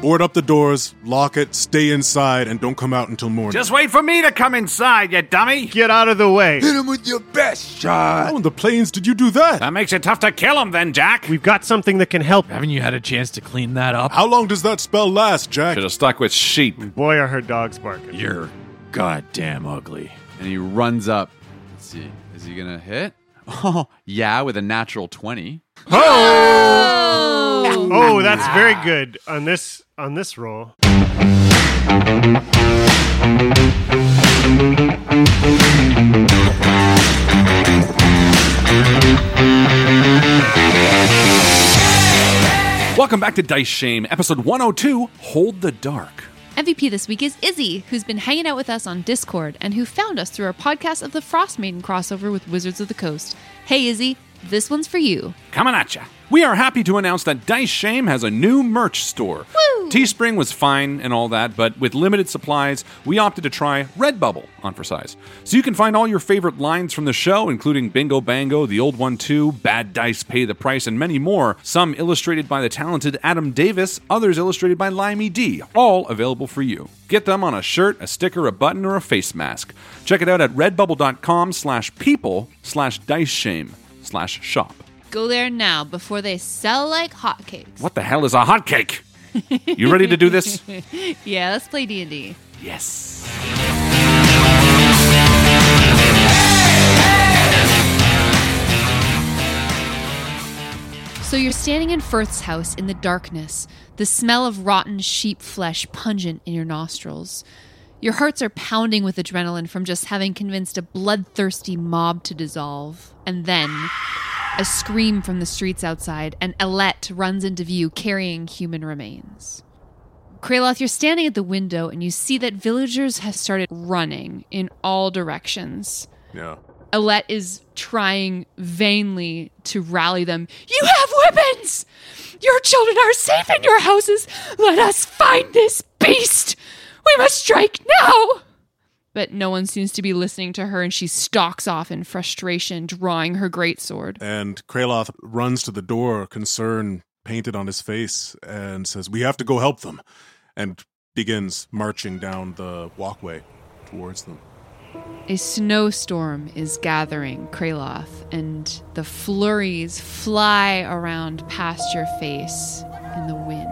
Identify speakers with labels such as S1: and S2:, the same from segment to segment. S1: Board up the doors, lock it, stay inside, and don't come out until morning.
S2: Just wait for me to come inside, you dummy!
S3: get out of the way.
S4: Hit him with your best shot.
S1: How in Oh, the planes did you do that?
S2: That makes it tough to kill him, then, Jack.
S3: We've got something that can help.
S5: Haven't you had a chance to clean that up?
S1: How long does that spell last, Jack?
S6: Should have stuck with sheep.
S3: Boy, are her dogs barking.
S5: You're goddamn ugly.
S6: And he runs up. Let's see. Is he going to hit? Oh, yeah, with a natural 20.
S3: Oh, that's very good on this on this roll.
S6: Welcome back to Dice Shame, episode 102 Hold the Dark.
S7: MVP this week is Izzy, who's been hanging out with us on Discord and who found us through our podcast of the Frost Maiden crossover with Wizards of the Coast. Hey, Izzy, this one's for you.
S2: Coming at ya.
S6: We are happy to announce that Dice Shame has a new merch store. Woo! Teespring was fine and all that, but with limited supplies, we opted to try Redbubble on for size. So you can find all your favorite lines from the show, including Bingo Bango, The Old One Too, Bad Dice Pay the Price, and many more. Some illustrated by the talented Adam Davis, others illustrated by Limey D. All available for you. Get them on a shirt, a sticker, a button, or a face mask. Check it out at redbubble.com slash people slash dice shame slash shop.
S7: Go there now before they sell like hotcakes.
S6: What the hell is a hotcake? You ready to do this?
S7: Yeah, let's play D&D.
S6: yes.
S7: you're standing in Firth's house in the darkness, the smell of rotten sheep flesh pungent in your nostrils. Your hearts are pounding with adrenaline from just having convinced a bloodthirsty mob to dissolve. And then, a scream from the streets outside, and Alette runs into view carrying human remains. Kraloth, you're standing at the window and you see that villagers have started running in all directions.
S6: Yeah.
S7: Alette is trying vainly to rally them. You have weapons! Your children are safe in your houses! Let us find this beast! We must strike now! But no one seems to be listening to her, and she stalks off in frustration, drawing her greatsword.
S1: And Kraloth runs to the door, concern painted on his face, and says, We have to go help them. And begins marching down the walkway towards them.
S7: A snowstorm is gathering, Kraloth, and the flurries fly around past your face in the wind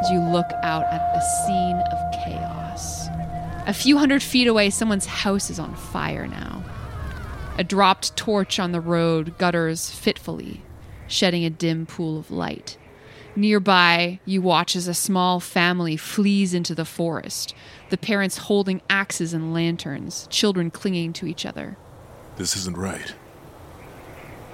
S7: as you look out at a scene of chaos. A few hundred feet away, someone's house is on fire now. A dropped torch on the road gutters fitfully, shedding a dim pool of light. Nearby, you watch as a small family flees into the forest, the parents holding axes and lanterns, children clinging to each other.
S1: This isn't right.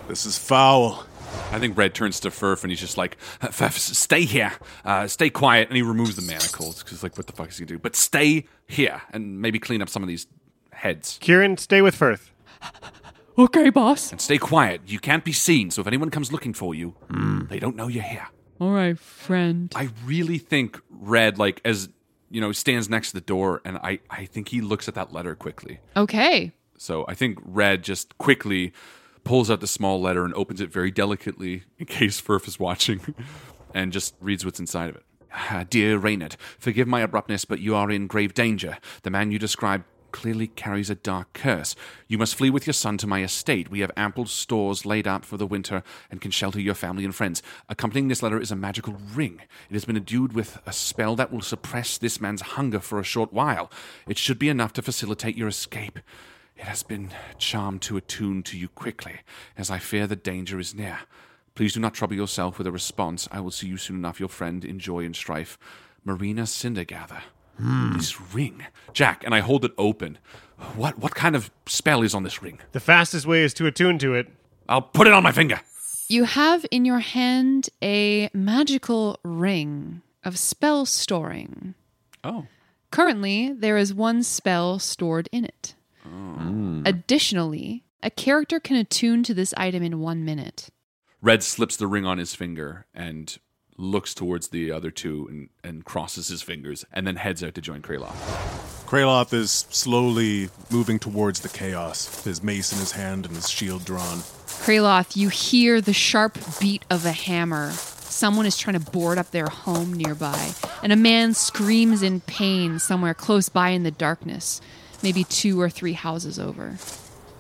S1: This is foul.
S6: I think Red turns to Furf and he's just like, Furf, stay here. Uh, stay quiet. And he removes the manacles because, like, what the fuck is he going to do? But stay here and maybe clean up some of these heads.
S4: Kieran, stay with Firth.
S7: Okay, boss.
S6: And stay quiet. You can't be seen. So if anyone comes looking for you, they don't know you're here.
S7: All right, friend.
S6: I really think Red, like, as you know, stands next to the door, and I, I think he looks at that letter quickly.
S7: Okay.
S6: So I think Red just quickly pulls out the small letter and opens it very delicately in case Furf is watching, and just reads what's inside of it. Ah, dear Reynard, forgive my abruptness, but you are in grave danger. The man you described clearly carries a dark curse. You must flee with your son to my estate. We have ample stores laid up for the winter and can shelter your family and friends. Accompanying this letter is a magical ring. It has been endued with a spell that will suppress this man's hunger for a short while. It should be enough to facilitate your escape. It has been charmed to attune to you quickly, as I fear the danger is near. Please do not trouble yourself with a response. I will see you soon enough, your friend in joy and strife. Marina Cindergather.
S5: Hmm.
S6: This ring. Jack, and I hold it open. What what kind of spell is on this ring?
S4: The fastest way is to attune to it.
S6: I'll put it on my finger.
S7: You have in your hand a magical ring of spell storing.
S6: Oh.
S7: Currently, there is one spell stored in it. Additionally, a character can attune to this item in one minute.
S6: Red slips the ring on his finger and looks towards the other two and, and crosses his fingers and then heads out to join Kraloth.
S1: Kraloth is slowly moving towards the chaos, his mace in his hand and his shield drawn.
S7: Kraloth, you hear the sharp beat of a hammer. Someone is trying to board up their home nearby, and a man screams in pain somewhere close by in the darkness, maybe two or three houses over.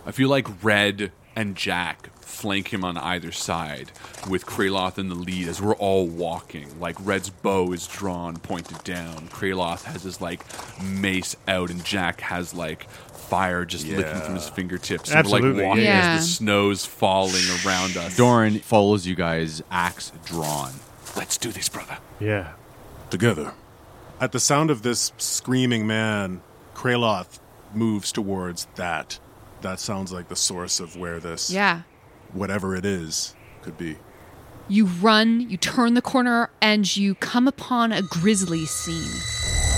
S6: I feel like Red and Jack flank him on either side, with Kraloth in the lead as we're all walking. Like Red's bow is drawn, pointed down. Kraloth has his like mace out, and Jack has like fire just licking from his fingertips. And we're
S4: Absolutely,
S6: like walking
S4: yeah.
S6: as the snow's falling around us.
S5: Doran follows you guys, axe drawn.
S6: Let's do this, brother.
S4: Yeah.
S1: Together. At the sound of this screaming man, Kraloth moves towards that. That sounds like the source of where this,
S7: Yeah.
S1: whatever it is, could be.
S7: You run, you turn the corner, and you come upon a grisly scene.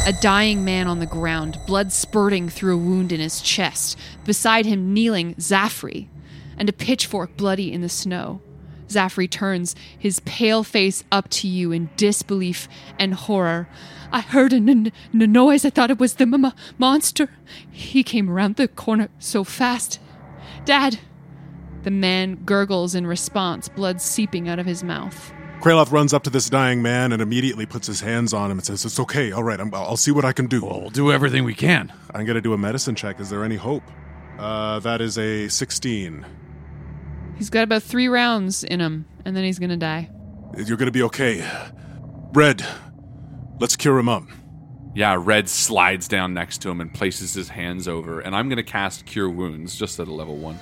S7: A dying man on the ground, blood spurting through a wound in his chest. Beside him, kneeling, Zafri, and a pitchfork bloody in the snow. Zafri turns, his pale face up to you in disbelief and horror. I heard a n- n- noise. I thought it was the m- m- monster. He came around the corner so fast. Dad, the man gurgles in response, blood seeping out of his mouth.
S1: Kraloth runs up to this dying man and immediately puts his hands on him and says, It's okay, all right, I'm, I'll see what I can do. we'll
S5: do everything we can.
S1: I'm going to do a medicine check. Is there any hope? Uh, that is a 16.
S7: He's got about three rounds in him, and then he's gonna die.
S1: You're going to be okay. Red, let's cure him up.
S6: Yeah, Red slides down next to him and places his hands over, and I'm gonna cast Cure Wounds just at a level one.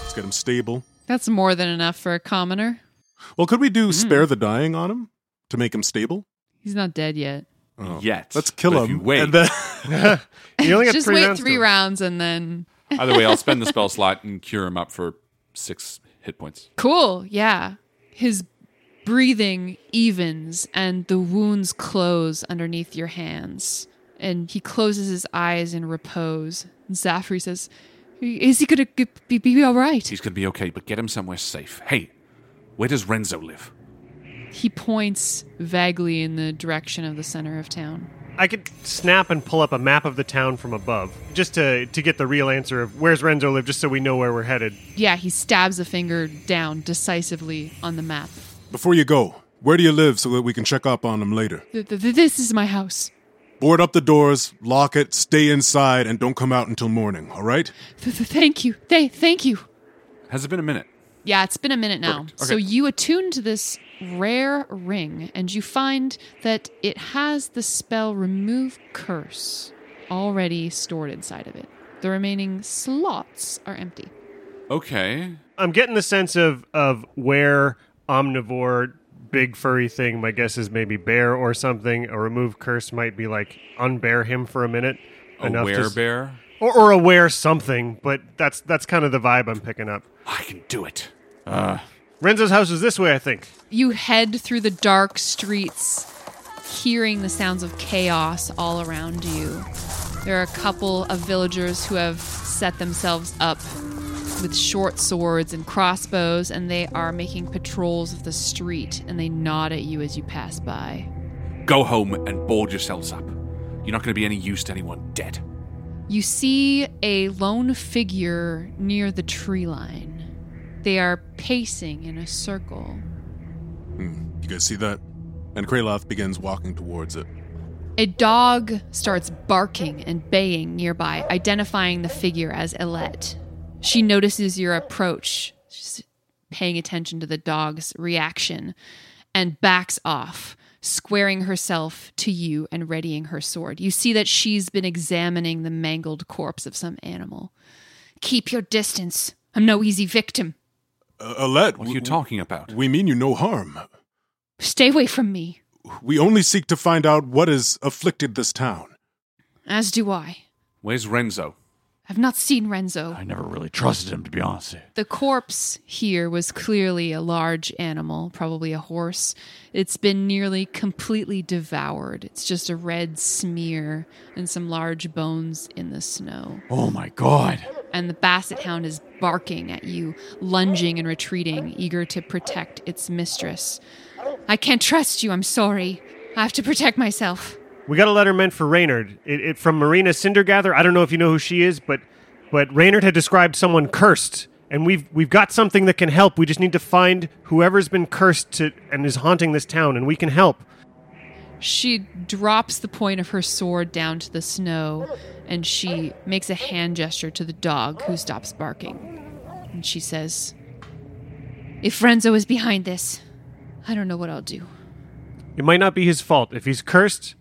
S1: Let's get him stable.
S7: That's more than enough for a commoner. Hmm.
S1: Well, could we do spare the dying on him to make him stable?
S7: He's not dead yet.
S1: Oh.
S6: Yet.
S1: Let's kill
S6: But if
S1: him.
S6: you wait.
S1: And then- you only got
S7: Just
S1: three
S7: wait
S1: rounds
S7: three rounds and then.
S6: Either way, I'll spend the spell slot and cure him up for six hit points.
S7: Cool. Yeah. His breathing evens and the wounds close underneath your hands. And he closes his eyes in repose. And Zafri says, Is he going to be, be all right?
S6: He's going to be okay, but get him somewhere safe. Hey, where does Renzo live?
S7: He points vaguely in the direction of the center of town.
S4: I could snap and pull up a map of the town from above, just to to get the real answer of where's Renzo live, just so we know where we're headed.
S7: Yeah, he stabs a finger down decisively on the map.
S1: Before you go, where do you live so that we can check up on him later?
S7: Th- th- This is my house.
S1: Board up the doors, lock it, stay inside, and don't come out until morning, all right?
S7: Th- th- Thank you. Th- Thank you.
S6: Has it been a minute?
S7: Yeah, it's been a minute now.
S6: Perfect. Okay.
S7: So you attune to this rare ring, and you find that it has the spell Remove Curse already stored inside of it. The remaining slots are empty.
S6: Okay.
S4: I'm getting the sense of of where omnivore big furry thing. My guess is maybe bear or something. A remove curse might be like unbear him for a minute.
S6: A
S4: enough to s-
S6: werebear?
S4: or or aware something. But that's that's kind of the vibe I'm picking up.
S6: I can do it.
S4: Uh, Renzo's house is this way, I think.
S7: You head through the dark streets, hearing the sounds of chaos all around you. There are a couple of villagers who have set themselves up with short swords and crossbows, and they are making patrols of the street, and they nod at you as you pass by.
S6: Go home and board yourselves up. You're not going to be any use to anyone dead.
S7: You see a lone figure near the tree line. They are pacing in a circle.
S1: Hmm. You guys see that? And Kraloth begins walking towards it.
S7: A dog starts barking and baying nearby, identifying the figure as Elette. She notices your approach, she's paying attention to the dog's reaction, and backs off, squaring herself to you and readying her sword. You see that she's been examining the mangled corpse of some animal. Keep your distance. I'm no easy victim.
S1: Uh, Alette, what
S6: are you talking about?
S1: We mean you no harm.
S7: Stay away from me,
S1: We only seek to find out what has afflicted this town.
S7: as do I.
S6: Where's Renzo?
S7: I've not seen Renzo.
S5: I never really trusted him, to be honest. with you.
S7: The corpse here was clearly a large animal, probably a horse. It's been nearly completely devoured. It's just a red smear and some large bones in the snow.
S5: Oh my god.
S7: And the basset hound is barking at you, lunging and retreating, eager to protect its mistress. I can't trust you, I'm sorry. I have to protect myself.
S4: We got a letter meant for Reynard. It, it from Marina Cindergather. I don't know if you know who she is, but but Reynard had described someone cursed, and we've we've got something that can help. We just need to find whoever's been cursed to, and is haunting this town, and we can help.
S7: She drops the point of her sword down to the snow and she makes a hand gesture to the dog who stops barking. And she says, If Renzo is behind this, I don't know what I'll do.
S4: It might not be his fault if he's cursed.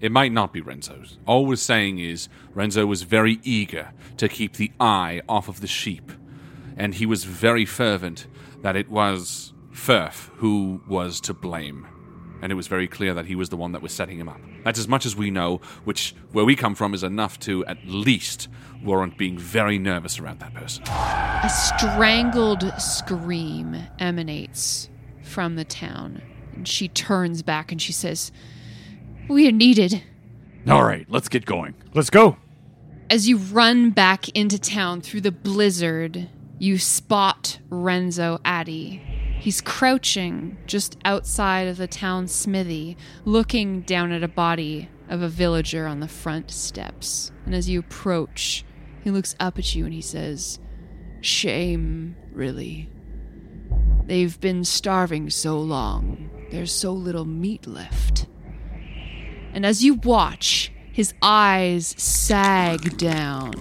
S6: It might not be Renzo's. All we're saying is Renzo was very eager to keep the eye off of the sheep, and he was very fervent that it was Firth who was to blame. And it was very clear that he was the one that was setting him up. That's as much as we know, which, where we come from, is enough to at least warrant being very nervous around that person.
S7: A strangled scream emanates from the town. And she turns back and she says, We are needed.
S5: All right, let's get going.
S4: Let's go.
S7: As you run back into town through the blizzard, you spot Renzo Addy. He's crouching just outside of the town smithy, looking down at a body of a villager on the front steps. And as you approach, he looks up at you and he says, Shame, really. They've been starving so long, there's so little meat left. And as you watch, his eyes sag down.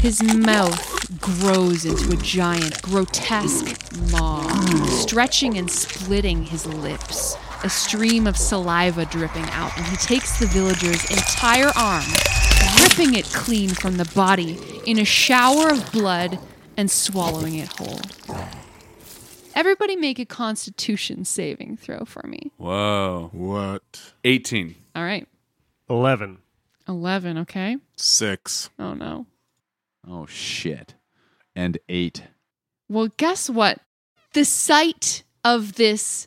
S7: His mouth grows into a giant, grotesque maw, stretching and splitting his lips, a stream of saliva dripping out, and he takes the villager's entire arm, ripping it clean from the body in a shower of blood and swallowing it whole. Everybody make a constitution saving throw for me.
S6: Whoa.
S1: What?
S6: 18.
S7: All right.
S4: 11.
S7: 11, okay?
S1: Six.
S7: Oh, no.
S5: Oh, shit. And eight.
S7: Well, guess what? The sight of this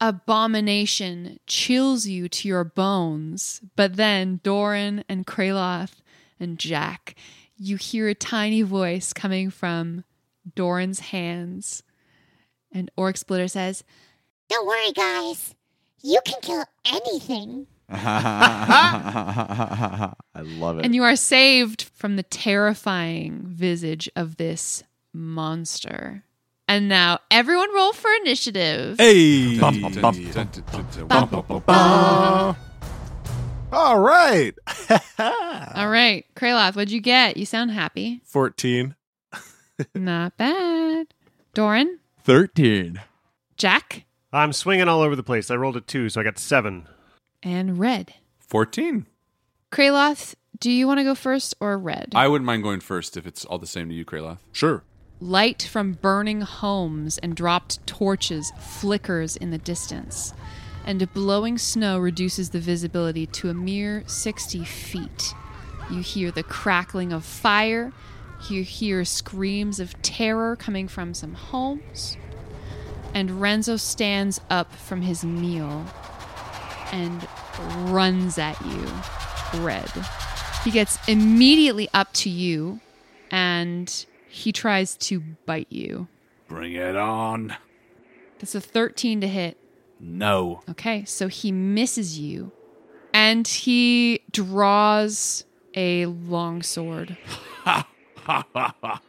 S7: abomination chills you to your bones. But then Doran and Kraloth and Jack, you hear a tiny voice coming from Doran's hands. And Orc Splitter says,
S8: Don't worry, guys. You can kill anything.
S5: I love it.
S7: And you are saved from the terrifying visage of this monster. And now everyone roll for initiative.
S1: Hey. All right.
S7: All right, Kraloth, what'd you get? You sound happy.
S1: 14.
S7: Not bad. Doran,
S5: 13.
S7: Jack,
S4: I'm swinging all over the place. I rolled a two, so I got seven.
S7: and Red.
S6: 14.
S7: Kraloth, do you want to go first or Red?
S6: I wouldn't mind going first if it's all the same to you, Kraloth.
S1: Sure.
S7: Light from burning homes and dropped torches flickers in the distance, and blowing snow reduces the visibility to a mere 60 feet. You hear the crackling of fire, you hear screams of terror coming from some homes, and Renzo stands up from his meal and runs at you, Red. He gets immediately up to you and he tries to bite you.
S2: Bring it on.
S7: That's a 13 to hit.
S2: No.
S7: Okay, so he misses you and he draws a longsword.
S5: I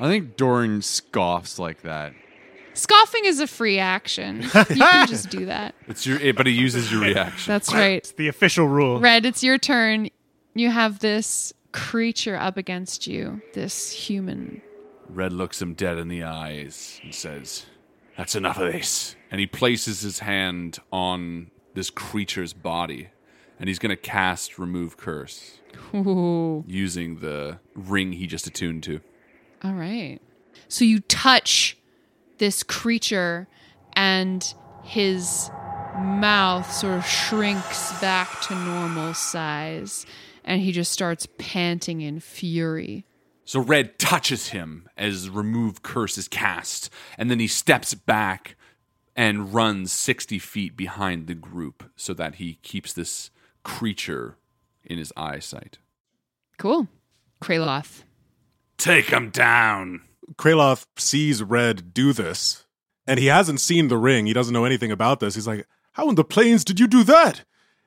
S5: think Doran scoffs like that.
S7: Scoffing is a free action. You can just do that.
S6: It's your, it, but it uses your reaction.
S7: That's right.
S4: It's the official rule.
S7: Red, it's your turn. You have this creature up against you, this human.
S6: Red looks him dead in the eyes and says, That's enough of this. And he places his hand on this creature's body and he's going to cast Remove Curse
S7: Ooh.
S6: using the ring he just attuned to.
S7: All right. So you touch this creature, and his mouth sort of shrinks back to normal size, and he just starts panting in fury.
S6: So Red touches him as Remove Curse is cast, and then he steps back and runs 60 feet behind the group so that he keeps this creature in his eyesight.
S7: Cool. Kraloth.
S2: Take him down.
S1: Kraloth sees Red do this, and he hasn't seen the ring. He doesn't know anything about this. He's like, How in the plains did you do that?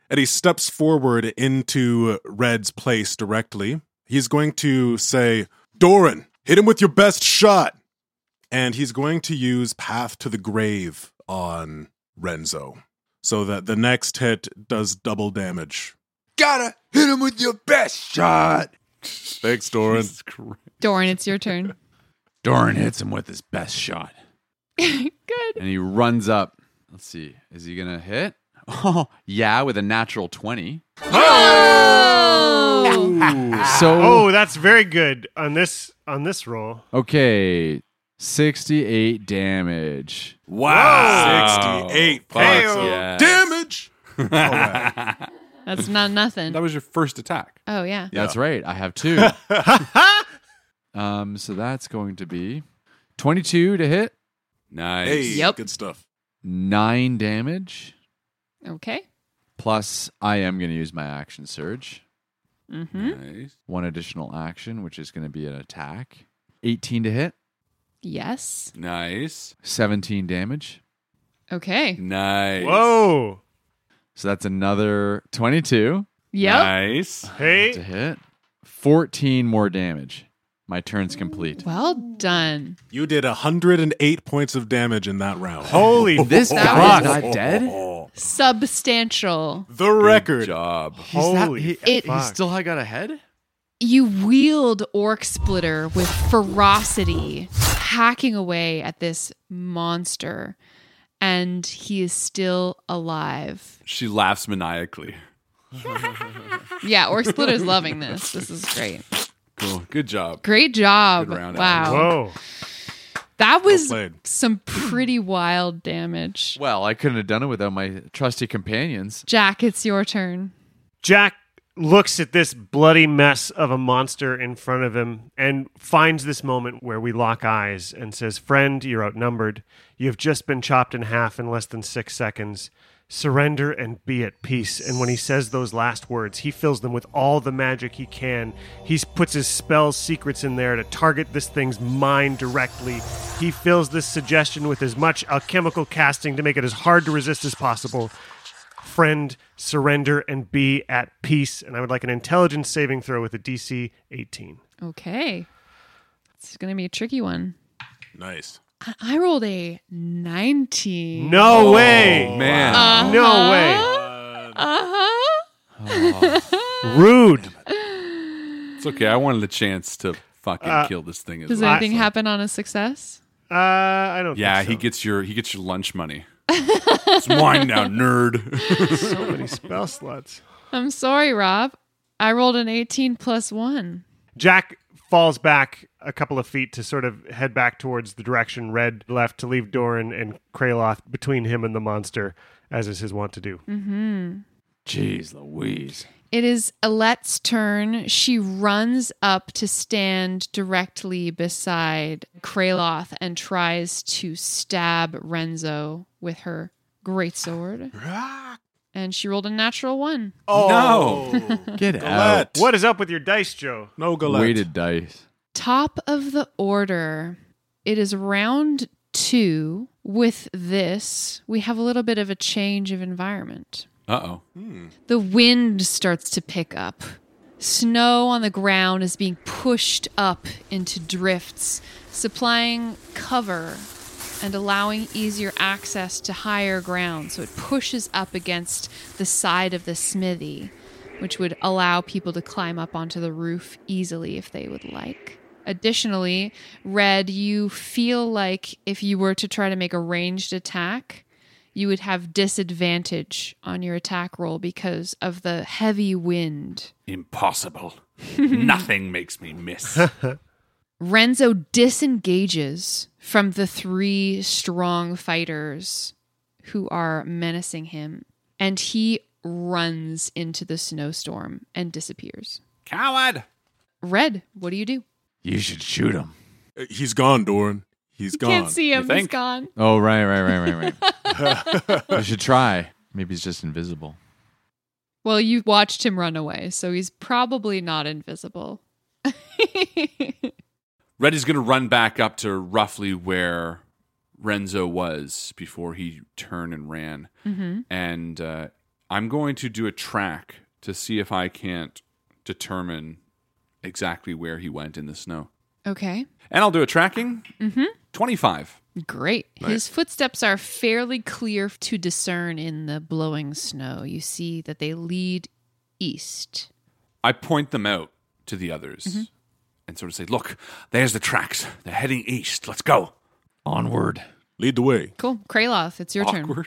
S1: And he steps forward into Red's place directly. He's going to say, Doran, hit him with your best shot. And he's going to use Path to the Grave on Renzo so that the next hit does double damage.
S2: Gotta hit him with your best shot.
S1: Thanks, Doran.
S7: Doran, it's your turn.
S5: Doran hits him with his best shot.
S7: Good.
S5: And he runs up. Let's see. Is he going to hit? Oh, yeah, with a natural 20.
S6: Oh!
S5: So-
S4: oh, that's very good on this on this roll.
S1: Oh.
S5: Okay. 68 damage.
S6: Wow.
S1: 68
S6: Fuck
S1: points of
S6: yes.
S1: damage.
S7: That's not nothing.
S6: That was your first attack.
S7: Oh, yeah.
S5: That's right. I have two. um, so that's going to be 22 to hit,
S6: Nice.
S1: Hey,
S7: Yep.
S1: good stuff.
S5: nine damage.
S7: Okay.
S5: Plus, I am going to use my action surge,
S4: Hmm?
S7: Mm-hmm.
S6: Nice.
S5: one additional action, which is going to be an attack. 18 to hit,
S7: Yes.
S6: Nice.
S5: 17 damage.
S7: Okay.
S6: Nice.
S4: Whoa.
S5: So that's another 22
S7: Yep.
S6: Nice.
S5: to
S4: Hey.
S5: hit, 14 more damage. My turn's complete.
S7: Well done.
S1: You did 108 points of damage in that round.
S4: Holy
S5: This
S4: fuck.
S5: guy is not dead?
S7: Substantial.
S1: The record.
S6: Job.
S5: He's not-
S4: Holy
S5: he,
S7: It-
S5: he still had got a head?
S7: You wield Orc Splitter with ferocity, hacking away at this monster, and he is still alive.
S6: She laughs maniacally.
S7: Yeah, Orc Splitter's loving this. This is great.
S6: Cool. Good job.
S7: Great job.
S6: Good round,
S7: wow.
S4: Whoa.
S7: That was
S5: played.
S7: some pretty wild damage.
S5: Well, I couldn't have done it without my trusty companions.
S7: Jack, it's your turn.
S4: Jack looks at this bloody mess of a monster in front of him and finds this moment where we lock eyes and says, Friend, you're outnumbered. You've just been chopped in half in less than six seconds. Surrender and be at peace. And when he says those last words, he fills them with all the magic he can. He puts his spells, secrets in there to target this thing's mind directly. He fills this suggestion with as much alchemical casting to make it as hard to resist as possible friend, surrender, and be at peace. And I would like an intelligence saving throw with a DC 18.
S7: Okay. This is going to be a tricky one.
S1: Nice.
S7: I- I rolled a 19.
S4: No
S6: Oh,
S4: way.
S1: man.
S7: Uh-huh.
S4: No way.
S7: Uh-huh.
S4: Rude.
S6: It's okay. I wanted a chance to fucking
S7: Uh,
S6: kill this thing. as
S7: Does
S6: well.
S7: anything happen on a success?
S4: Uh, I don't
S6: Yeah, he gets your he gets your lunch money. it's mine now, nerd.
S4: so many spell slots.
S7: I'm sorry, Rob. I rolled an 18 plus 1.
S4: Jack falls back a couple of feet to sort of head back towards the direction Red left to leave Doran and Kraloth between him and the monster, as is his wont to do.
S7: Mm-hmm.
S5: Jeez Louise.
S7: It is Alette's turn. She runs up to stand directly beside Kraloth and tries to stab Renzo with her greatsword. And she rolled a natural one.
S5: No. Get out.
S4: What is up with your dice, Joe?
S1: No,
S5: Weighted dice.
S7: Top of the order. It is round two. With this, we have a little bit of a change of environment.
S6: Uh oh.
S5: Hmm.
S7: The wind starts to pick up. Snow on the ground is being pushed up into drifts, supplying cover and allowing easier access to higher ground. So it pushes up against the side of the smithy, which would allow people to climb up onto the roof easily if they would like. Additionally, Red, you feel like if you were to try to make a ranged attack, you would have disadvantage on your attack roll because of the heavy wind.
S2: Impossible. Nothing makes me miss.
S7: Renzo disengages from the three strong fighters who are menacing him, and he runs into the snowstorm and disappears.
S6: Coward!
S7: Red, what do you do?
S5: You should shoot him.
S1: He's gone, Doran. He's gone.
S7: Can't see him. He's gone.
S5: Oh, right, right, right, right, right. I should try. Maybe he's just invisible.
S7: Well, you watched him run away, so he's probably not invisible.
S6: Red is going to run back up to roughly where Renzo was before he turned and ran.
S7: Mhm.
S6: And uh, I'm going to do a track to see if I can't determine exactly where he went in the snow.
S7: Okay.
S6: And I'll do a tracking
S7: Mm-hmm.
S6: 25.
S7: Great.
S6: Nice.
S7: His footsteps are fairly clear to discern in the blowing snow. You see that they lead east.
S6: I point them out to the others
S7: Mhm.
S6: and sort of say, look, there's the tracks. They're heading east. Let's go.
S5: Onward.
S1: Lead the way.
S7: Cool. Kraloth, it's your turn.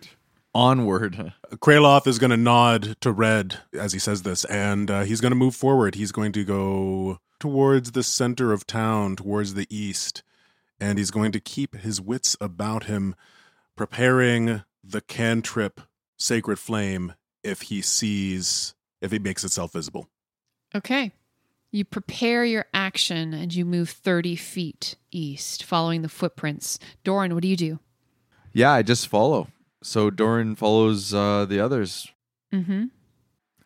S5: Onward.
S1: Kraloth is going to nod to Red as he says this, and uh, he's going to move forward. He's going to go towards the center of town, towards the east, and he's going to keep his wits about him, preparing the cantrip Sacred Flame if he sees, if it makes itself visible.
S7: Okay. You prepare your action and you move 30 feet east, following the footprints. Doran, what do you do?
S5: Yeah, I just follow. So Doran follows uh, the others.
S7: Mm hmm.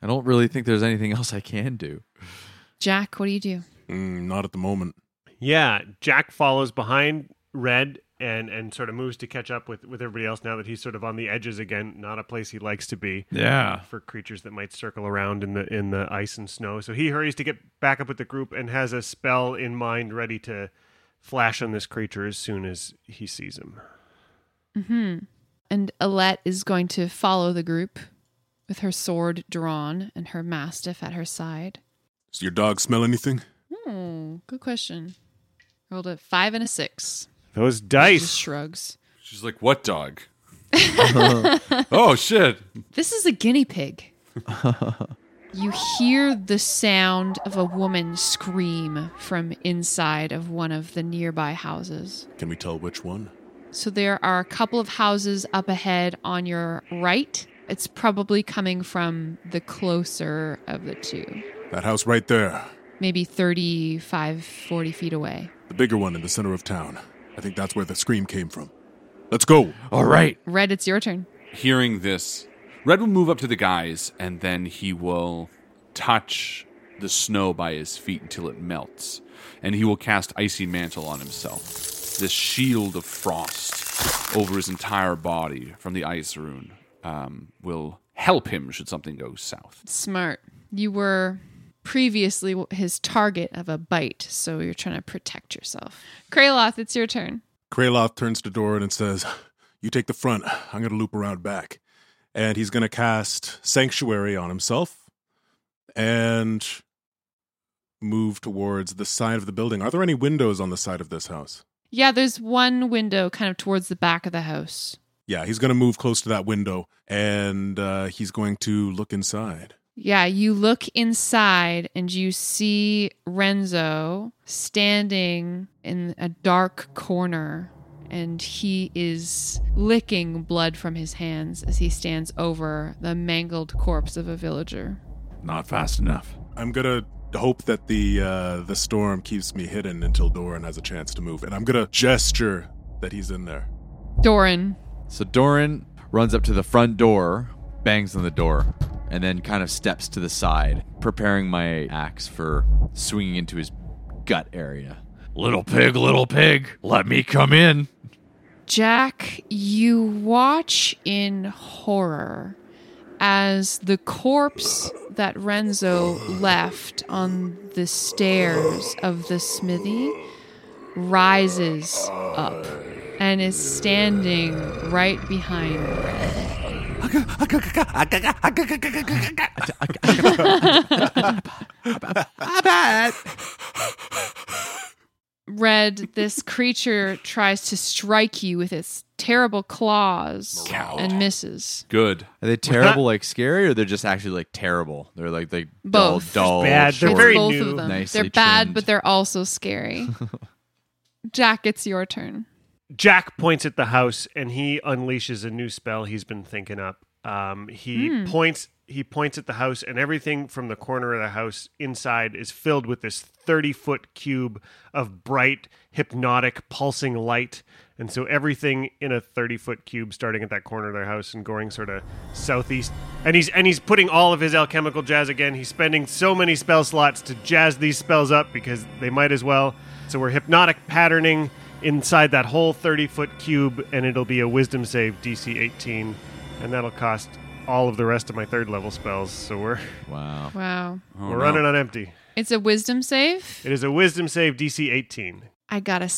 S5: I don't really think there's anything else I can do.
S7: Jack, what do you do?
S1: Mm, not at the moment.
S4: Yeah, Jack follows behind Red and and sort of moves to catch up with with everybody else now that he's sort of on the edges again, not a place he likes to be.
S5: Yeah.
S4: uh, For creatures that might circle around in the in the ice and snow. So he hurries to get back up with the group and has a spell in mind ready to flash on this creature as soon as he sees him.
S7: hmm And Alette is going to follow the group with her sword drawn and her mastiff at her side.
S1: Does your dog smell anything?
S7: Hmm, good question. Rolled a five and a six.
S4: Those
S7: She just shrugs.
S6: She's like, what dog? oh, shit.
S7: This is a guinea pig. You hear the sound of a woman scream from inside of one of the nearby houses.
S1: Can we tell which one?
S7: So there are a couple of houses up ahead on your right. It's probably coming from the closer of the two,
S1: That house right there.
S7: maybe 35, 40 feet away.
S1: The bigger one in the center of town. I think that's where the scream came from. Let's go.
S6: All right.
S7: Red, it's your turn.
S6: Hearing this, Red will move up to the guys and then he will touch the snow by his feet until it melts. And he will cast Icy Mantle on himself. This shield of frost over his entire body from the ice rune um, will help him should something go south.
S7: Smart. You were previously his target of a bite, so you're trying to protect yourself. Kraloth, it's your turn.
S1: Kraloth turns to Doran and says, You take the front. I'm going to loop around back. And he's going to cast Sanctuary on himself and move towards the side of the building. Are there any windows on the side of this house?
S7: Yeah, there's one window kind of towards the back of the house.
S1: Yeah, he's going to move close to that window and uh, he's going to look inside.
S7: Yeah, you look inside and you see Renzo standing in a dark corner and he is licking blood from his hands as he stands over the mangled corpse of a villager.
S1: Not fast enough. I'm gonna hope that the uh, the storm keeps me hidden until Doran has a chance to move, and I'm gonna gesture that he's in there.
S7: Doran.
S5: So Doran runs up to the front door, bangs on the door, and then kind of steps to the side, preparing my axe for swinging into his gut area.
S2: Little pig, little pig, let me come in.
S7: Jack, you watch in horror as the corpse that Renzo left on the stairs of the smithy rises up and is standing right behind Red. Red, this creature tries to strike you with its terrible claws and misses.
S6: Good.
S5: Are they terrible, like scary, or they're just actually like terrible? They're like they
S7: Both.
S5: dull, dull,
S4: Bad. They're
S5: short, Oh,
S4: very
S7: Both of them.
S5: nicely
S7: they're bad,
S5: trimmed.
S7: but they're also scary. Jack, it's your turn.
S4: Jack points at the house and he unleashes a new spell he's been thinking up. Um, he
S7: Hmm.
S4: points he points at the house and everything from the corner of the house inside is filled with this 30 foot cube of bright hypnotic pulsing light and so everything in a 30 foot cube starting at that corner of their house and going sort of southeast and he's and he's putting all of his alchemical jazz again he's spending so many spell slots to jazz these spells up because they might as well so we're hypnotic patterning inside that whole 30 foot cube and it'll be a wisdom save dc 18 and that'll cost all of the rest of my third level spells so we're
S5: wow
S7: Wow.
S6: Oh,
S4: we're running on empty
S7: It's a wisdom save.
S4: it is a wisdom save dc 18
S7: I got a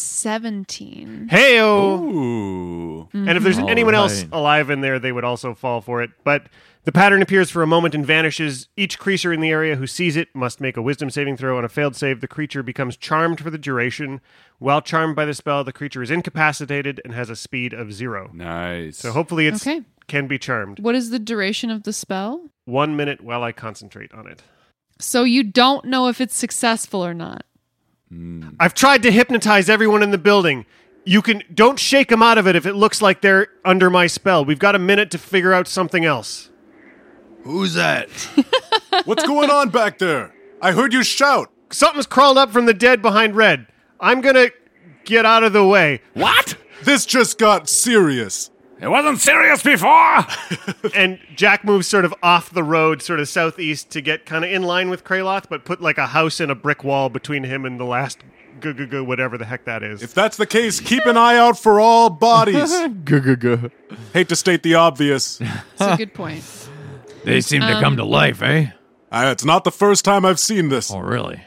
S7: 17.
S4: Heyo!
S6: Ooh.
S4: And if there's
S7: Mhm.
S4: anyone else
S7: Alright.
S4: alive in there, they would also fall for it. But the pattern appears for a moment and vanishes. Each creature in the area who sees it must make a wisdom saving throw. On a failed save, the creature becomes charmed for the duration. While charmed by the spell, the creature is incapacitated and has a speed of zero.
S6: Nice.
S4: So hopefully it's
S7: Okay.
S4: can be charmed.
S7: Mm-hmm. What is the duration of the spell?
S4: One minute while I concentrate on it.
S7: So you don't know if it's successful or not.
S4: I've tried to hypnotize everyone in the building. You can don't shake them out of it if it looks like they're under my spell. We've got a minute to figure out something else.
S1: Who's that? What's going on back there? I heard you shout.
S4: Something's crawled up from the dead behind Red. I'm gonna get out of the way.
S2: What?
S1: This just got serious.
S2: It wasn't serious before.
S4: and Jack moves sort of off the road, sort of southeast, to get kind of in line with Kraloth, but put like a house and a brick wall between him and the last go go go whatever the heck that is.
S1: If that's the case, keep an eye out for all bodies.
S5: Gugugu.
S1: Hate to state the obvious.
S7: It's a good point.
S2: They seem to come
S7: Um.
S2: to life, eh?
S1: Uh, it's not the first time I've seen this.
S2: Oh, really?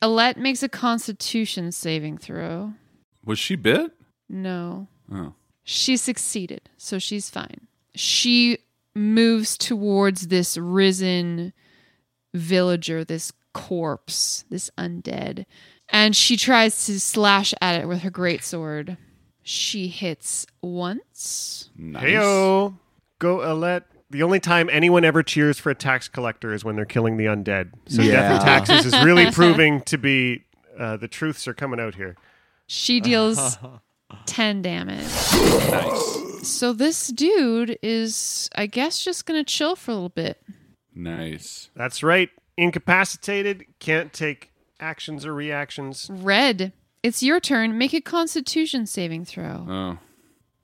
S7: Alette makes a constitution saving throw.
S6: Was she bit?
S7: No.
S6: Oh.
S7: She succeeded, so she's fine. She moves towards this risen villager, this corpse, this undead, and she tries to slash at it with her greatsword. She hits once.
S6: Nice.
S4: Heyo, go Alette. the only time anyone ever cheers for a tax collector is when they're killing the undead. So
S9: Yeah.
S4: death and taxes is really proving to be uh, the truths are coming out here.
S7: She deals 10 damage. Nice. So this dude is, I guess, just going to chill for a little bit.
S6: Nice.
S4: That's right. Incapacitated, can't take actions or reactions.
S7: Red, it's your turn. Make a constitution saving throw.
S6: Oh.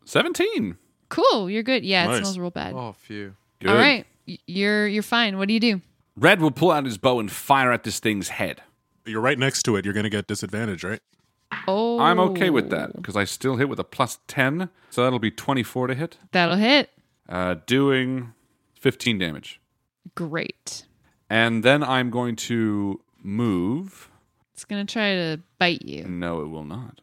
S6: 17.
S7: Cool, you're good. Yeah,
S6: Nice.
S7: it smells real bad.
S5: Oh, phew.
S6: Good.
S7: All right, y- you're you're fine. What do you do?
S6: Red will pull out his bow and fire at this thing's head.
S1: You're right next to it. You're going to get disadvantage, right?
S7: Oh,
S6: I'm okay with that because I still hit with a plus 10. So that'll be 24 to hit.
S7: That'll hit.
S6: Uh, doing 15 damage.
S7: Great.
S6: And then I'm going to move.
S7: It's gonna try to bite you.
S6: No, it will not.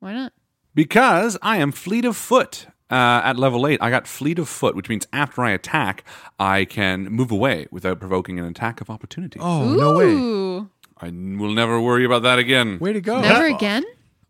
S7: Why not?
S6: Because I am fleet of foot. Uh, at level 8, I got fleet of foot, which means after I attack, I can move away without provoking an attack of opportunity.
S5: Oh, no way.
S7: Ooh,
S6: I n- will never worry about that again.
S5: Way to go.
S7: never again.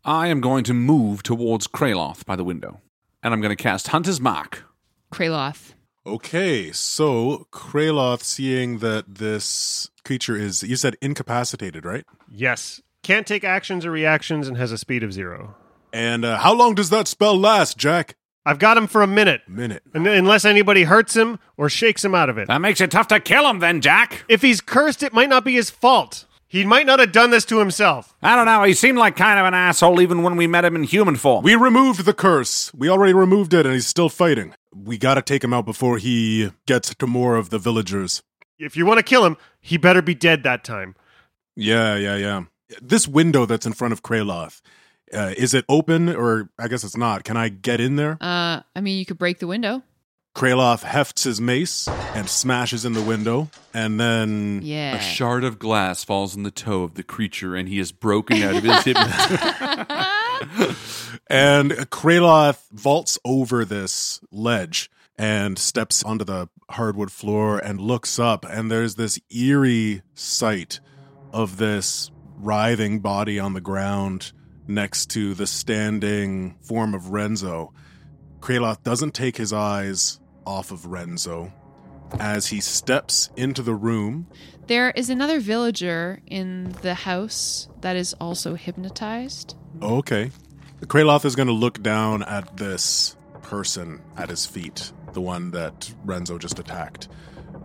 S6: I am going to move towards Kraloth by the window. And I'm going to cast Hunter's Mark.
S7: Kraloth.
S1: Okay, so Kraloth, seeing that this creature is, you said incapacitated, right?
S4: Yes. Can't take actions or reactions and has a speed of zero.
S1: And uh, how long does that spell last, Jack?
S4: I've got him for a minute.
S1: Minute.
S4: Un- Unless anybody hurts him or shakes him out of it.
S6: That makes it tough to kill him, then, Jack.
S4: If he's cursed, it might not be his fault. He might not have done this to himself.
S6: I don't know. He seemed like kind of an asshole even when we met him in human form.
S1: We removed the curse. We already removed it, and he's still fighting. We gotta take him out before he gets to more of the villagers.
S4: If you want to kill him, he better be dead that time.
S1: Yeah, yeah, yeah. This window that's in front of Kraloth, uh, is it open, or I guess it's not? Can I get in there?
S7: Uh, I mean, you could break the window.
S1: Kraloth hefts his mace and smashes in the window, and
S5: Mm.
S1: then
S7: Yeah.
S6: A shard of glass falls on the toe of the creature, and he is broken out of his hypnotism.
S1: And Kraloth vaults over this ledge and steps onto the hardwood floor and looks up, and there's this eerie sight of this writhing body on the ground next to the standing form of Renzo. Kraloth doesn't take his eyes off of Renzo as he steps into the room.
S7: There is another villager in the house that is also hypnotized.
S1: Okay. Kraloth is going to look down at this person at his feet, the one that Renzo just attacked.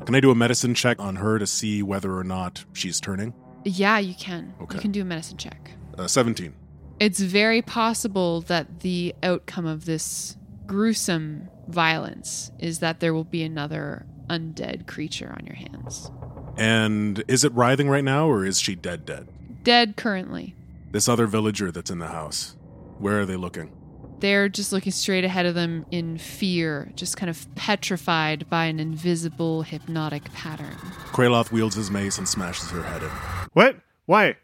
S1: Can I do a medicine check on her to see whether or not she's turning?
S7: Yeah, you can.
S1: Okay.
S7: You can do a medicine check.
S1: Uh, 17.
S7: It's very possible that the outcome of this gruesome violence is that there will be another undead creature on your hands.
S1: And is it writhing right now, or is she dead, dead?
S7: Dead currently.
S1: This other villager that's in the house, where are they looking?
S7: They're just looking straight ahead of them in fear, just kind of petrified by an invisible hypnotic pattern.
S1: Kraloth wields his mace and smashes her head in.
S4: What? Why?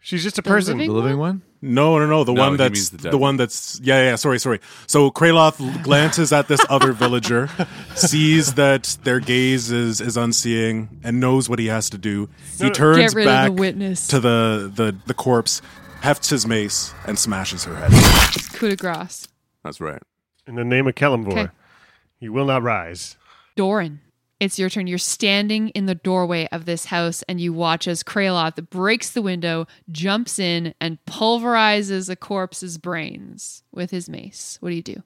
S4: She's just a
S7: The
S4: person.
S7: living The living
S5: one?
S1: No, no, no. The
S6: No,
S1: one
S6: he
S1: that's
S6: means the
S1: the,
S6: dead
S1: one that's yeah, yeah. Sorry, sorry. So Kraloth glances at this other villager, sees that their gaze is is unseeing, and knows what he has to do. He turns
S7: Get rid
S1: back
S7: of the witness.
S1: to the the the corpse, hefts his mace, and smashes her head.
S7: Coup de grace.
S1: That's right.
S4: In the name of Kellamvor,
S7: Okay.
S4: he will not rise.
S7: Doran, it's your turn. You're standing in the doorway of this house and you watch as Kraloth breaks the window, jumps in, and pulverizes a corpse's brains with his mace. What do you do?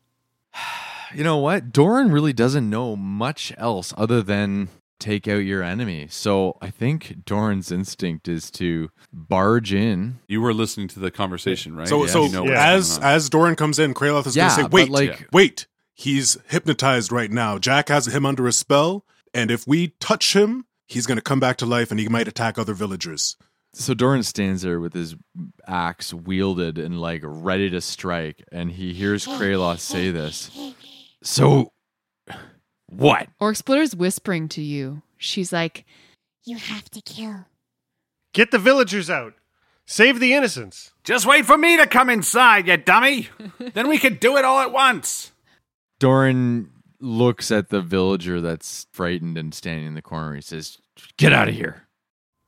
S5: You know what? Doran really doesn't know much else other than take out your enemy. So I think Doran's instinct is to barge in.
S6: you were listening to the conversation, right?
S1: So
S6: You
S1: so
S6: know what's
S1: as
S6: going on.
S1: as Doran comes in, Kraloth is
S5: Yeah,
S1: going to say,
S5: but
S1: "Wait,
S5: like-
S1: wait. He's hypnotized right now. Jack has him under a spell, and if we touch him, he's going to come back to life, and he might attack other villagers."
S5: So Doran stands there with his axe wielded and like ready to strike, and he hears Kraloth say this. So what?
S7: Orc Splitter's whispering to you. She's like,
S8: You have to kill.
S4: Get the villagers out. Save the innocents.
S6: Just wait for me to come inside, you dummy. then we can do it all at once.
S5: Doran looks at the villager that's frightened and standing in the corner. He says, Get out of here.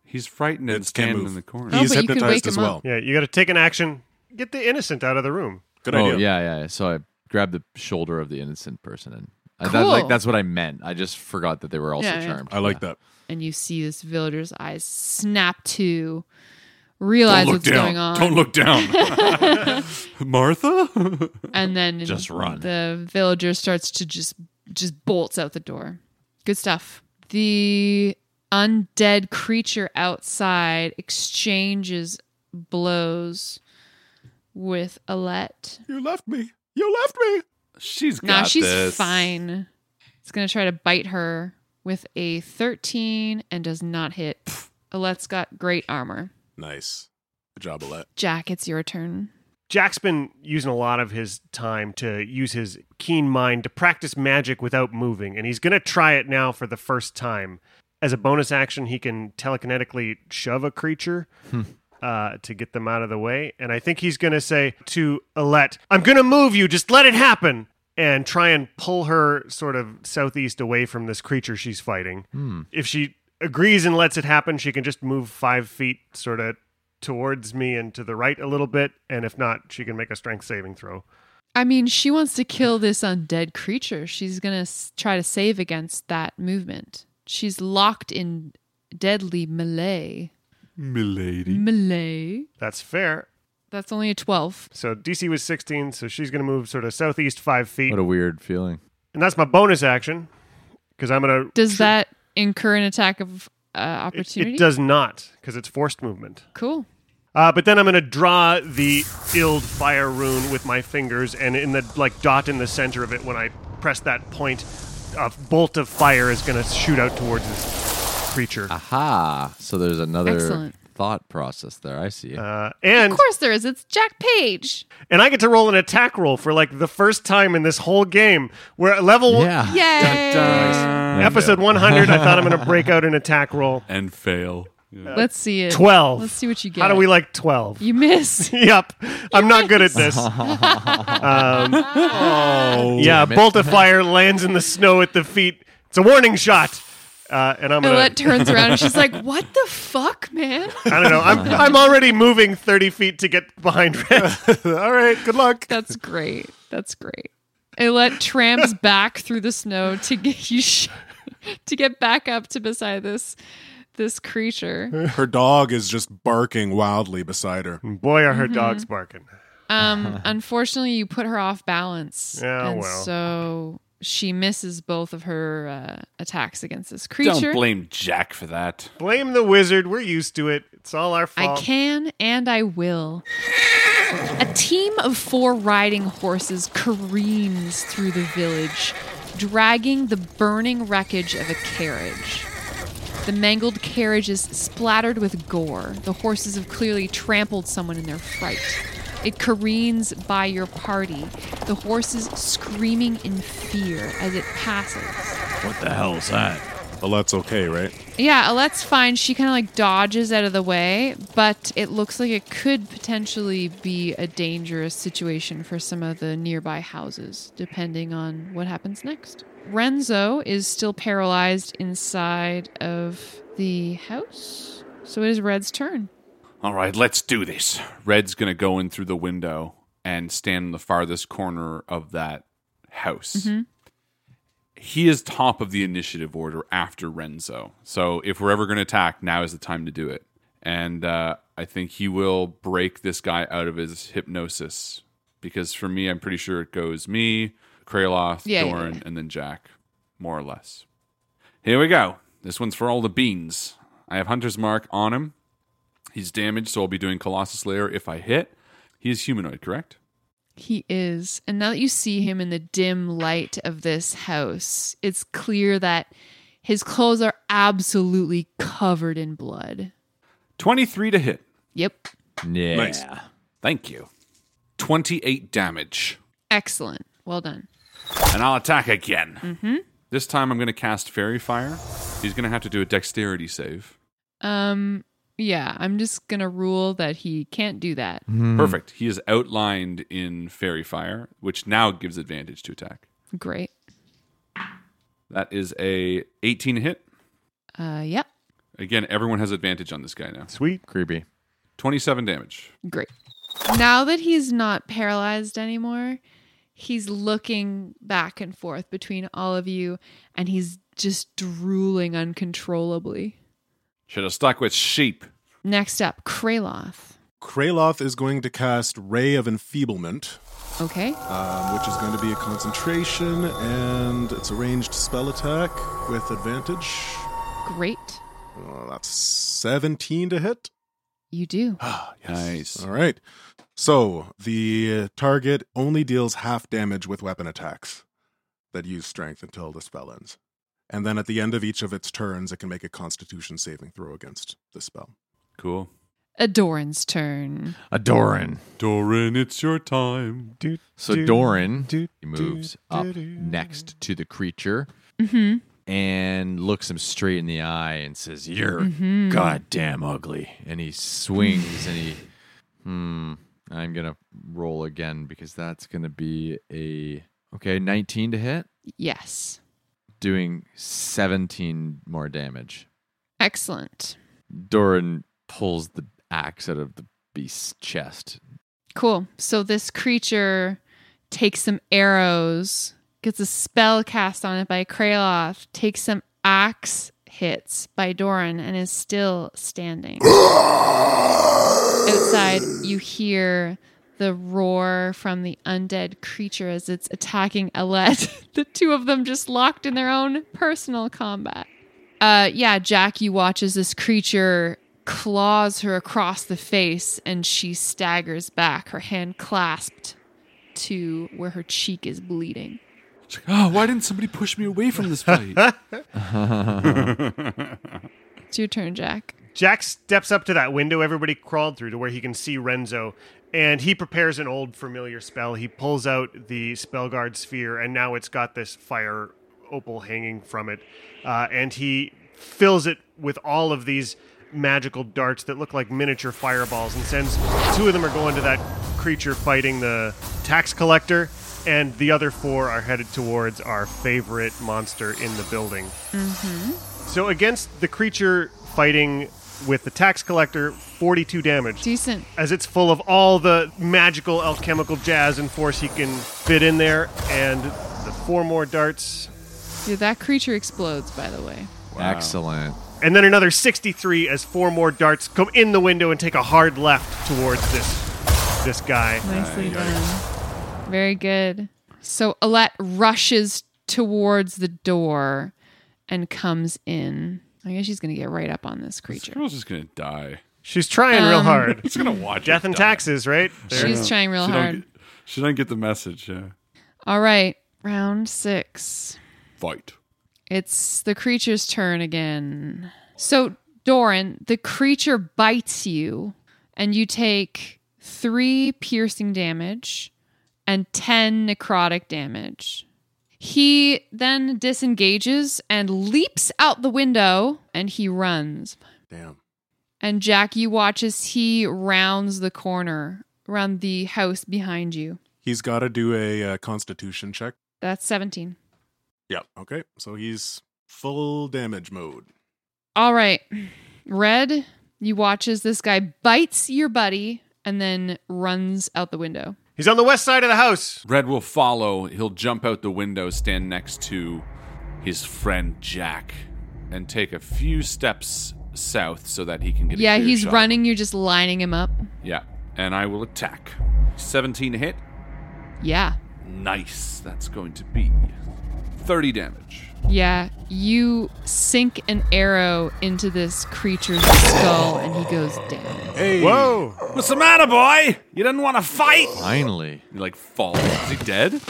S6: He's frightened and
S1: It's can't
S6: standing
S1: move.
S6: in the corner.
S7: Oh,
S1: He's
S7: but you could wake
S1: hypnotized as
S7: him up.
S1: well.
S4: Yeah, you got to take an action. Get the innocent out of the room.
S1: Good
S5: oh,
S1: idea.
S5: Yeah, yeah. So I grabbed the shoulder of the innocent person and I- that- like
S7: Cool.
S5: that's what I meant. I just forgot that they were also
S7: Yeah, yeah.
S5: charmed.
S7: I like
S5: that.
S7: and you see this villager's eyes snap to realize
S6: look
S7: what's
S6: down.
S7: going on.
S6: Don't look down. Martha?
S7: and then
S6: Just run.
S7: The villager starts to just just bolts out the door. Good stuff. The undead creature outside exchanges blows with Alette.
S1: You left me. You left me.
S6: She's
S7: Now
S6: got
S7: she's
S6: this.
S7: fine. It's gonna try to bite her with a thirteen and does not hit. Alette's got great armor.
S1: Nice. Good job, Alette.
S7: Jack, it's your turn.
S4: Jack's been using a lot of his time to use his keen mind to practice magic without moving, and he's going to try it now for the first time. As a bonus action, he can telekinetically shove a creature
S5: Hmm.
S4: uh, to get them out of the way. And I think he's going to say to Alette, I'm going to move you, just let it happen, and try and pull her sort of southeast away from this creature she's fighting.
S5: Hmm.
S4: If she agrees and lets it happen, she can just move five feet sort of towards me and to the right a little bit. And if not, she can make a strength saving throw.
S7: I mean, she wants to kill this undead creature. She's going to s- try to save against that movement. She's locked in deadly melee.
S1: Milady.
S4: Hmm.
S7: Melee.
S4: That's fair.
S7: That's only a 12.
S4: So DC was 16, so she's going to move sort of southeast five feet.
S5: What a weird feeling.
S4: And that's my bonus action because I'm going to.
S7: Does that incur an attack of uh, opportunity?
S4: It does not because it's forced movement.
S7: Cool.
S4: Uh, but then I'm going to draw the Ild Fire Rune with my fingers, and in the like dot in the center of it, when I press that point, a bolt of fire is going to shoot out towards this creature.
S6: Ah.
S5: Aha. So there's another
S4: Excellent.
S5: thought process there. I see.
S4: Uh, and
S7: Of course there is. It's Jack Page.
S4: and I get to roll an attack roll for like the first time in this whole game. We're at level
S5: Yeah.
S7: Yay.
S4: episode 100. I thought I'm going to break out an attack roll.
S6: And fail.
S7: Let's see it.
S4: 12.
S7: Let's see what you get.
S4: How do we like 12?
S7: You miss.
S4: yep. I'm not good at
S5: Oh.
S4: this. um, yeah, a
S5: damn it.
S4: bolt of fire lands in the snow at the feet. It's a warning shot. Uh, and I'm gonna.
S7: Millette turns around and she's like, what the fuck, man?
S4: I don't know. I'm I'm already moving 30 feet to get behind Red. All right, good luck.
S7: That's great. That's great. Alet tramps back through the snow to get you sh- to get back up to beside this this creature.
S1: Her dog is just barking wildly beside her.
S4: Boy, are her
S7: Mhm.
S4: dogs barking.
S7: Um, unfortunately, you put her off balance,
S4: Yeah,
S7: and
S4: well.
S7: so she misses both of her uh, attacks against this creature.
S6: Don't blame Jack for that.
S4: Blame the wizard. We're used to it. It's all our
S7: I
S4: fault.
S7: can and I will. A team of four riding horses careens through the village, dragging the burning wreckage of a carriage. The mangled carriage is splattered with gore. The horses have clearly trampled someone in their fright. It careens by your party, the horses screaming in fear as it passes.
S1: What the hell is that? Well, that's okay, right?
S7: Yeah, Alette's fine. She kind of like dodges out of the way, but it looks like it could potentially be a dangerous situation for some of the nearby houses, depending on what happens next. Renzo is still paralyzed inside of the house, so it is Red's turn.
S6: All right, let's do this. Red's going to go in through the window and stand in the farthest corner of that house.
S7: Mhm.
S6: He is top of the initiative order after Renzo. So if we're ever going to attack, now is the time to do it. And uh, I think he will break this guy out of his hypnosis because for me, I'm pretty sure it goes me, Kraloth,
S7: Yeah, yeah,
S6: Doran, and then Jack, more or less. Here we go. This one's for all the beans. I have Hunter's Mark on him. He's damaged, so I'll be doing Colossus Layer if I hit. He is humanoid, correct?
S7: He is. And now that you see him in the dim light of this house, it's clear that his clothes are absolutely covered in blood.
S6: 23 to hit.
S7: Yep.
S5: Yeah.
S6: Nice. Thank you. 28 damage.
S7: Excellent. Well done.
S6: And I'll attack again.
S7: Mm-hmm.
S6: This time I'm going to cast Fairy Fire. He's going to have to do a dexterity save.
S7: Um. Yeah, I'm just gonna rule that he can't do that.
S6: Mm-hmm.
S1: Hmm.
S6: Perfect. He is outlined in Fairy Fire, which now gives advantage to attack.
S7: Great.
S6: That is a 18 hit.
S7: Uh. Yep.
S6: Again, everyone has advantage on this guy now.
S4: Sweet.
S5: Creepy.
S6: 27 damage.
S7: Great. Now that he's not paralyzed anymore, He's looking back and forth between all of you and he's just drooling uncontrollably.
S6: Should have stuck with sheep.
S7: Next up, Kraloth.
S1: Kraloth is going to cast Ray of Enfeeblement.
S7: Okay.
S1: Um, which is going to be a concentration, and it's a ranged spell attack with advantage.
S7: Great.
S1: Uh, that's 17 to hit.
S7: You do.
S1: Nice. Ah, All right. So the target only deals half damage with weapon attacks that use strength until the spell ends. And then at the end of each of its turns, it can make a constitution saving throw against the spell.
S6: Cool.
S7: Adoran's turn.
S5: Doran.
S6: Doran, it's your time.
S5: So
S7: do,
S5: Doran
S7: do,
S5: he moves up
S7: do, do.
S5: next to the creature
S7: Mm-hmm.
S5: and looks him straight in the eye and says, "You're
S7: Mhm.
S5: goddamn ugly." And he swings and he. Hmm. I'm gonna roll again because that's gonna be a okay 19 to hit,
S7: Yes.
S5: doing 17 more damage.
S7: Excellent.
S5: Doran pulls the axe out of the beast's chest.
S7: Cool. So this creature takes some arrows, gets a spell cast on it by Kraloth, takes some axe hits by Doran, and is still standing. Outside, you hear the roar from the undead creature as it's attacking Alette. the two of them just locked in their own personal combat. Uh, yeah, Jackie watches this creature claws her across the face and she staggers back, her hand clasped to where her cheek is bleeding.
S2: Oh, why didn't somebody push me away from this fight?
S7: It's your turn, Jack.
S4: Jack steps up to that window everybody crawled through to where he can see Renzo, and he prepares an old familiar spell. He pulls out the Spellguard Sphere, and now it's got this fire opal hanging from it, uh, and he fills it with all of these magical darts that look like miniature fireballs and sends two of them are going to that creature fighting the tax collector and the other four are headed towards our favorite monster in the building
S7: Mm-hmm.
S4: so against the creature fighting with the tax collector, 42 damage.
S7: Decent.
S4: As it's full of all the magical alchemical jazz and force he can fit in there, and the four more darts,
S7: Dude, that creature explodes, by the way.
S5: Excellent.
S4: and then another 63 as four more darts come in the window and take a hard left towards this this guy.
S7: Nicely done. Very good. So Alette rushes towards the door and comes in. I guess she's going to get right up on this creature.
S2: Girl's just gonna die.
S4: She's trying real
S7: Um,
S4: hard.
S2: It's gonna watch.
S4: Death
S2: it
S4: and
S2: die.
S4: taxes, right? There.
S7: She's trying real
S2: don't
S7: hard.
S2: get- she doesn't get the message. Yeah.
S7: All right, round six.
S2: Fight.
S7: It's the creature's turn again. So, Doran, the creature bites you, and you take three piercing damage and 10 necrotic damage. He then disengages and leaps out the window and he runs.
S1: Damn.
S7: And Jack, you watch as he rounds the corner around the house behind you.
S1: He's got to do a uh, constitution check.
S7: That's 17.
S1: Yeah. Okay. So he's full damage mode.
S7: All right. Red, you watch as this guy bites your buddy and then runs out the window.
S4: He's on the west side of the house.
S2: Red will follow. He'll jump out the window, stand next to his friend Jack, and take a few steps south so that he can get. a
S7: yeah,
S2: clear
S7: he's
S2: shot.
S7: running. You're just lining him up.
S2: Yeah, and I will attack. Seventeen hit.
S7: Yeah.
S2: Nice. That's going to be thirty damage.
S7: Yeah. You sink an arrow into this creature's skull and he goes down.
S2: Hey.
S4: Whoa.
S2: What's the matter, boy? You didn't want to fight.
S5: Finally.
S2: You like fall. Is he dead?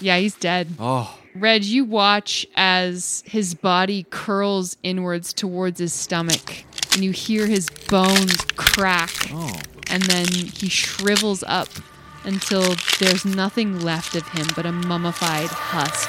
S7: Yeah, he's dead.
S5: Oh.
S7: Red, you watch as his body curls inwards towards his stomach, and you hear his bones crack,
S5: Oh.
S7: and then he shrivels up until there's nothing left of him but a mummified husk,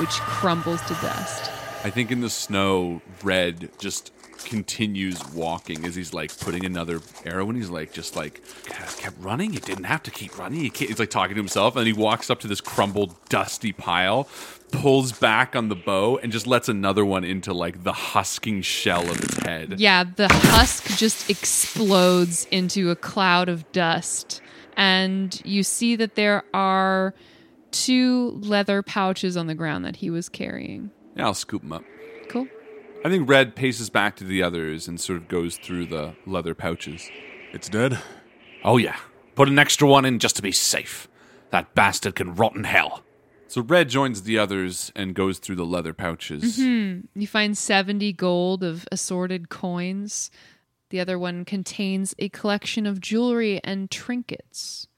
S7: which crumbles to dust.
S2: I think in the snow, Red just continues walking as he's like putting another arrow and he's like just like "God, I kept running you didn't have to keep running you can't. he's like talking to himself and he walks up to this crumbled dusty pile pulls back on the bow and just lets another one into like the husking shell of his head
S7: Yeah, the husk just explodes into a cloud of dust, and you see that there are two leather pouches on the ground that he was carrying.
S6: Yeah, I'll scoop them up.
S7: Cool.
S6: I think Red paces back to the others and sort of goes through the leather pouches.
S1: It's dead?
S10: Oh, yeah. Put an extra one in just to be safe. That bastard can rot in hell.
S6: So Red joins the others and goes through the leather pouches.
S7: Mhm. You find 70 gold of assorted coins. The other one contains a collection of jewelry and trinkets.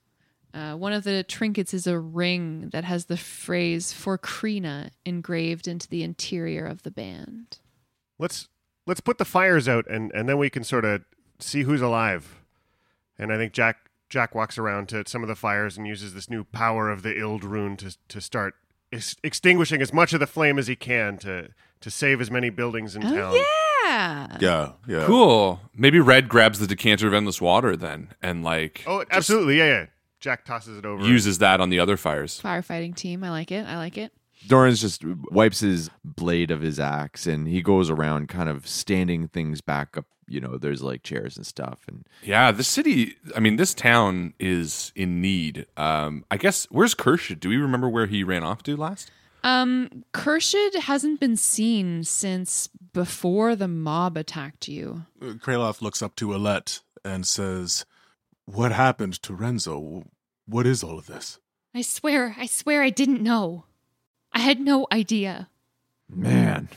S7: Uh, one of the trinkets is a ring that has the phrase for Krina engraved into the interior of the band.
S4: Let's let's put the fires out and and then we can sort of see who's alive. And I think Jack Jack walks around to some of the fires and uses this new power of the Ild Rune to to start ex- extinguishing as much of the flame as he can to to save as many buildings in town.
S7: Yeah.
S1: Yeah, yeah.
S6: Cool. Maybe Red grabs the decanter of endless water then and like
S4: Oh, absolutely. Yeah, yeah. Jack tosses it over.
S6: uses that on the other fires.
S7: Firefighting team. I like it. I like it.
S5: Doran's just wipes his blade of his axe and he goes around kind of standing things back up. You know, there's like chairs and stuff. And
S6: Yeah, the city. I mean, this town is in need. Um, I guess where's Kershid? Do we remember where he ran off to last?
S7: Um, Kershid hasn't been seen since before the mob attacked you.
S1: Kraloff looks up to Alette and says, What happened to Renzo? What is all of this?
S11: I swear, I swear I didn't know. I had no idea.
S5: Man.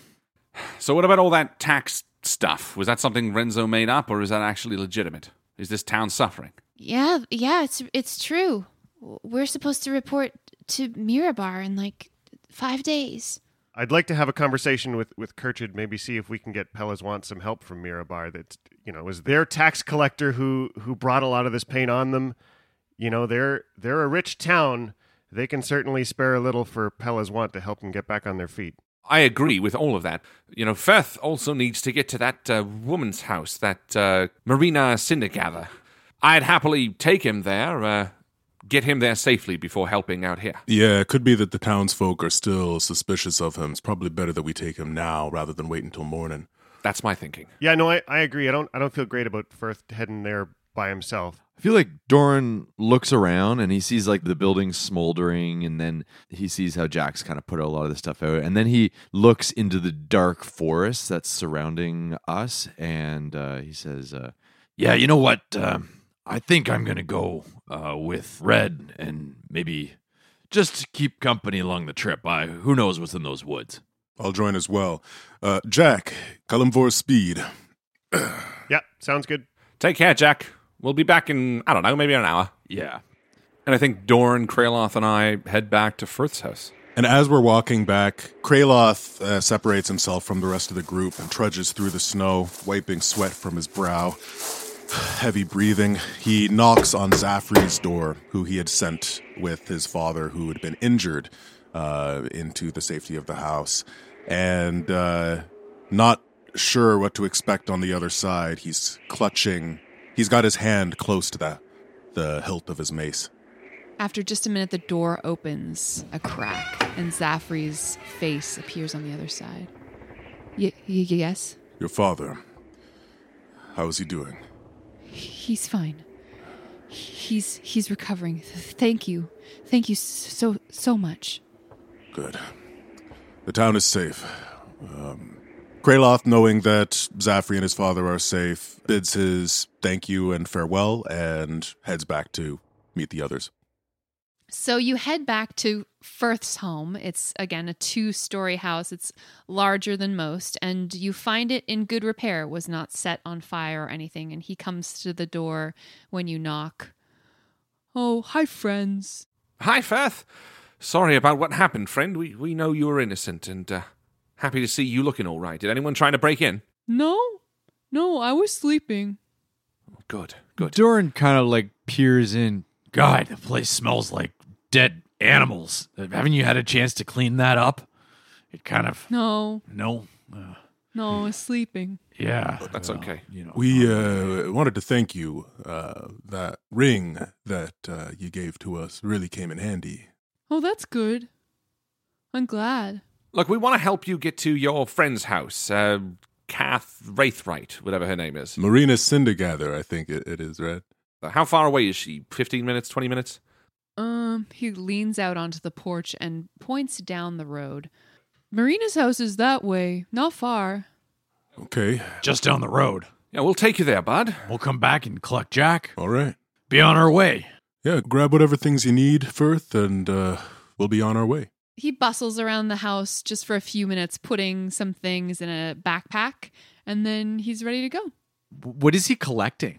S6: So what about all that tax stuff? Was that something Renzo made up, or is that actually legitimate? Is this town suffering?
S11: Yeah, yeah, it's it's true. We're supposed to report to Mirabar in like 5 days.
S4: I'd like to have a conversation with with Kirchard, maybe see if we can get Pelas want some help from Mirabar. That you know is their tax collector who who brought a lot of this pain on them. You know they're they're a rich town. They can certainly spare a little for Pelas want to help them get back on their feet.
S6: I agree with all of that. You know, Firth also needs to get to that uh, woman's house, that uh, Marina Syndergather. I'd happily take him there, uh, get him there safely before helping out here.
S1: Yeah, it could be that the townsfolk are still suspicious of him. It's probably better that we take him now rather than wait until morning.
S6: That's my thinking.
S4: Yeah, no, I, I agree. I don't I don't feel great about Firth heading there by himself.
S5: I feel like Doran looks around and he sees like the building smoldering, and then he sees how Jack's kind of put a lot of the stuff out, and then he looks into the dark forest that's surrounding us, and uh, he says, uh, "Yeah, you know what? Um, I think I'm gonna go uh, with Red, and maybe just keep company along the trip. I who knows what's in those woods."
S1: I'll join as well. Uh, Jack, Kalimvor's speed.
S4: Yeah, sounds good.
S6: Take care, Jack. We'll be back in, I don't know, maybe an hour.
S5: Yeah.
S6: And I think Dorn, Kraloth, and I head back to Firth's house.
S1: And as we're walking back, Kraloth uh, separates himself from the rest of the group and trudges through the snow, wiping sweat from his brow. Heavy breathing, he knocks on Zafri's door, who he had sent with his father, who had been injured, uh, into the safety of the house. And uh, not sure what to expect on the other side, he's clutching. He's got his hand close to the, the hilt of his mace.
S7: After just a minute, the door opens a crack, and Zafri's face appears on the other side. Y- y- yes,
S1: Your father, how is he doing?
S7: he's fine. He's he's recovering. Th- Thank you, thank you so so much.
S1: Good. The town is safe. Um, Kraloth, knowing that Zafri and his father are safe, bids his thank you and farewell and heads back to meet the others.
S7: So you head back to Firth's home. It's again a two story house. It's larger than most, and you find it in good repair. It was not set on fire or anything, and he comes to the door when you knock. Oh, hi, friends.
S6: Hi, Firth. Sorry about what happened, friend. We, we know you were innocent and uh, happy to see you looking all right. Did anyone try to break in?
S7: No, no, I was sleeping.
S6: Good, good.
S5: Doran kind of like peers in. God, the place smells like dead animals. Haven't you had a chance to clean that up? It kind of
S7: No,
S5: no. uh,
S7: no, I was sleeping.
S5: Yeah,
S6: That's okay.
S5: You know,
S1: We uh, wanted to thank you. Uh, that ring that uh, you gave to us really came in handy.
S7: Oh, that's good. I'm glad.
S6: Look, we want to help you get to your friend's house. Uh, Kath Wraithright, whatever her name is.
S1: Marina Cindergather, I think it, it is, right?
S6: How far away is she? 15 minutes, 20 minutes?
S7: um, he leans out onto the porch and points down the road. Marina's house is that way, not far.
S1: Okay.
S6: Just down the road.
S2: Yeah, we'll take you there, bud.
S6: We'll come back and collect Jack.
S1: All right.
S6: Be on our way.
S1: Yeah, grab whatever things you need, Firth, and uh, we'll be on our way.
S7: He bustles around the house just for a few minutes, putting some things in a backpack, and then he's ready to go.
S12: What is he collecting?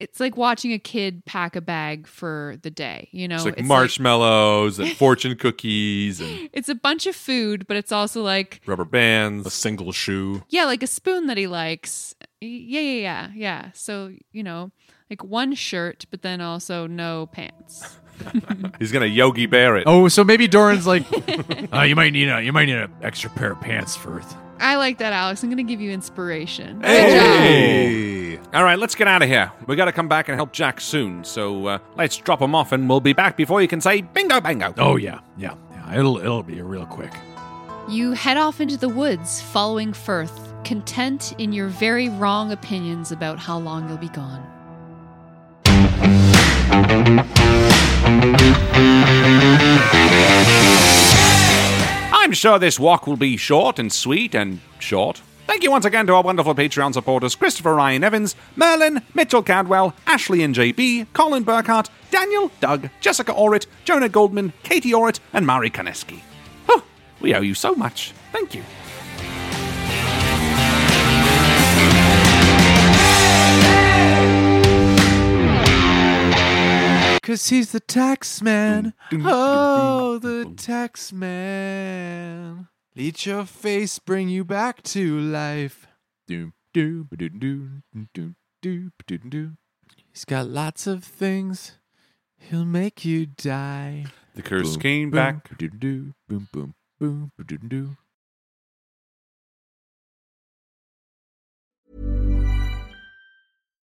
S7: It's like watching a kid pack a bag for the day, you know?
S2: it's like marshmallows and fortune cookies and
S7: it's a bunch of food, but it's also like,
S2: rubber bands,
S1: a single shoe.
S7: yeah, like a spoon that he likes. Yeah, yeah, yeah, yeah. So, you know, like one shirt, but then also no pants.
S2: He's gonna Yogi Bear it.
S12: Oh, so maybe Doran's like,
S6: Uh, you might need a you might need an extra pair of pants, Firth.
S7: I like that, Alex. I'm going to give you inspiration.
S2: Hey! All right, let's get out of here. We got to come back and help Jack soon. So uh, let's drop him off, and we'll be back before you can say bingo, bango.
S6: Oh yeah, yeah, yeah. It'll it'll be real quick.
S7: You head off into the woods following Firth, content in your very wrong opinions about how long you'll be gone.
S2: I'm sure this walk will be short and sweet and short. Thank you once again to our wonderful Patreon supporters Christopher Ryan Evans, Merlin, Mitchell Cadwell, Ashley and JB, Colin Burkhart, Daniel, Doug, Jessica Orrit, Jonah Goldman, Katie Orrit, and Mari Koneski. Oh, we owe you so much. Thank you.
S12: because he's the tax man. Oh, the tax man. Let your face bring you back to life. Doom, doom, doom, doom, doom, doom, doom, doom. He's got lots of things. He'll make you die.
S2: The curse came back.
S12: Boom, doo-doo, boom, boom, boom, doo-doo.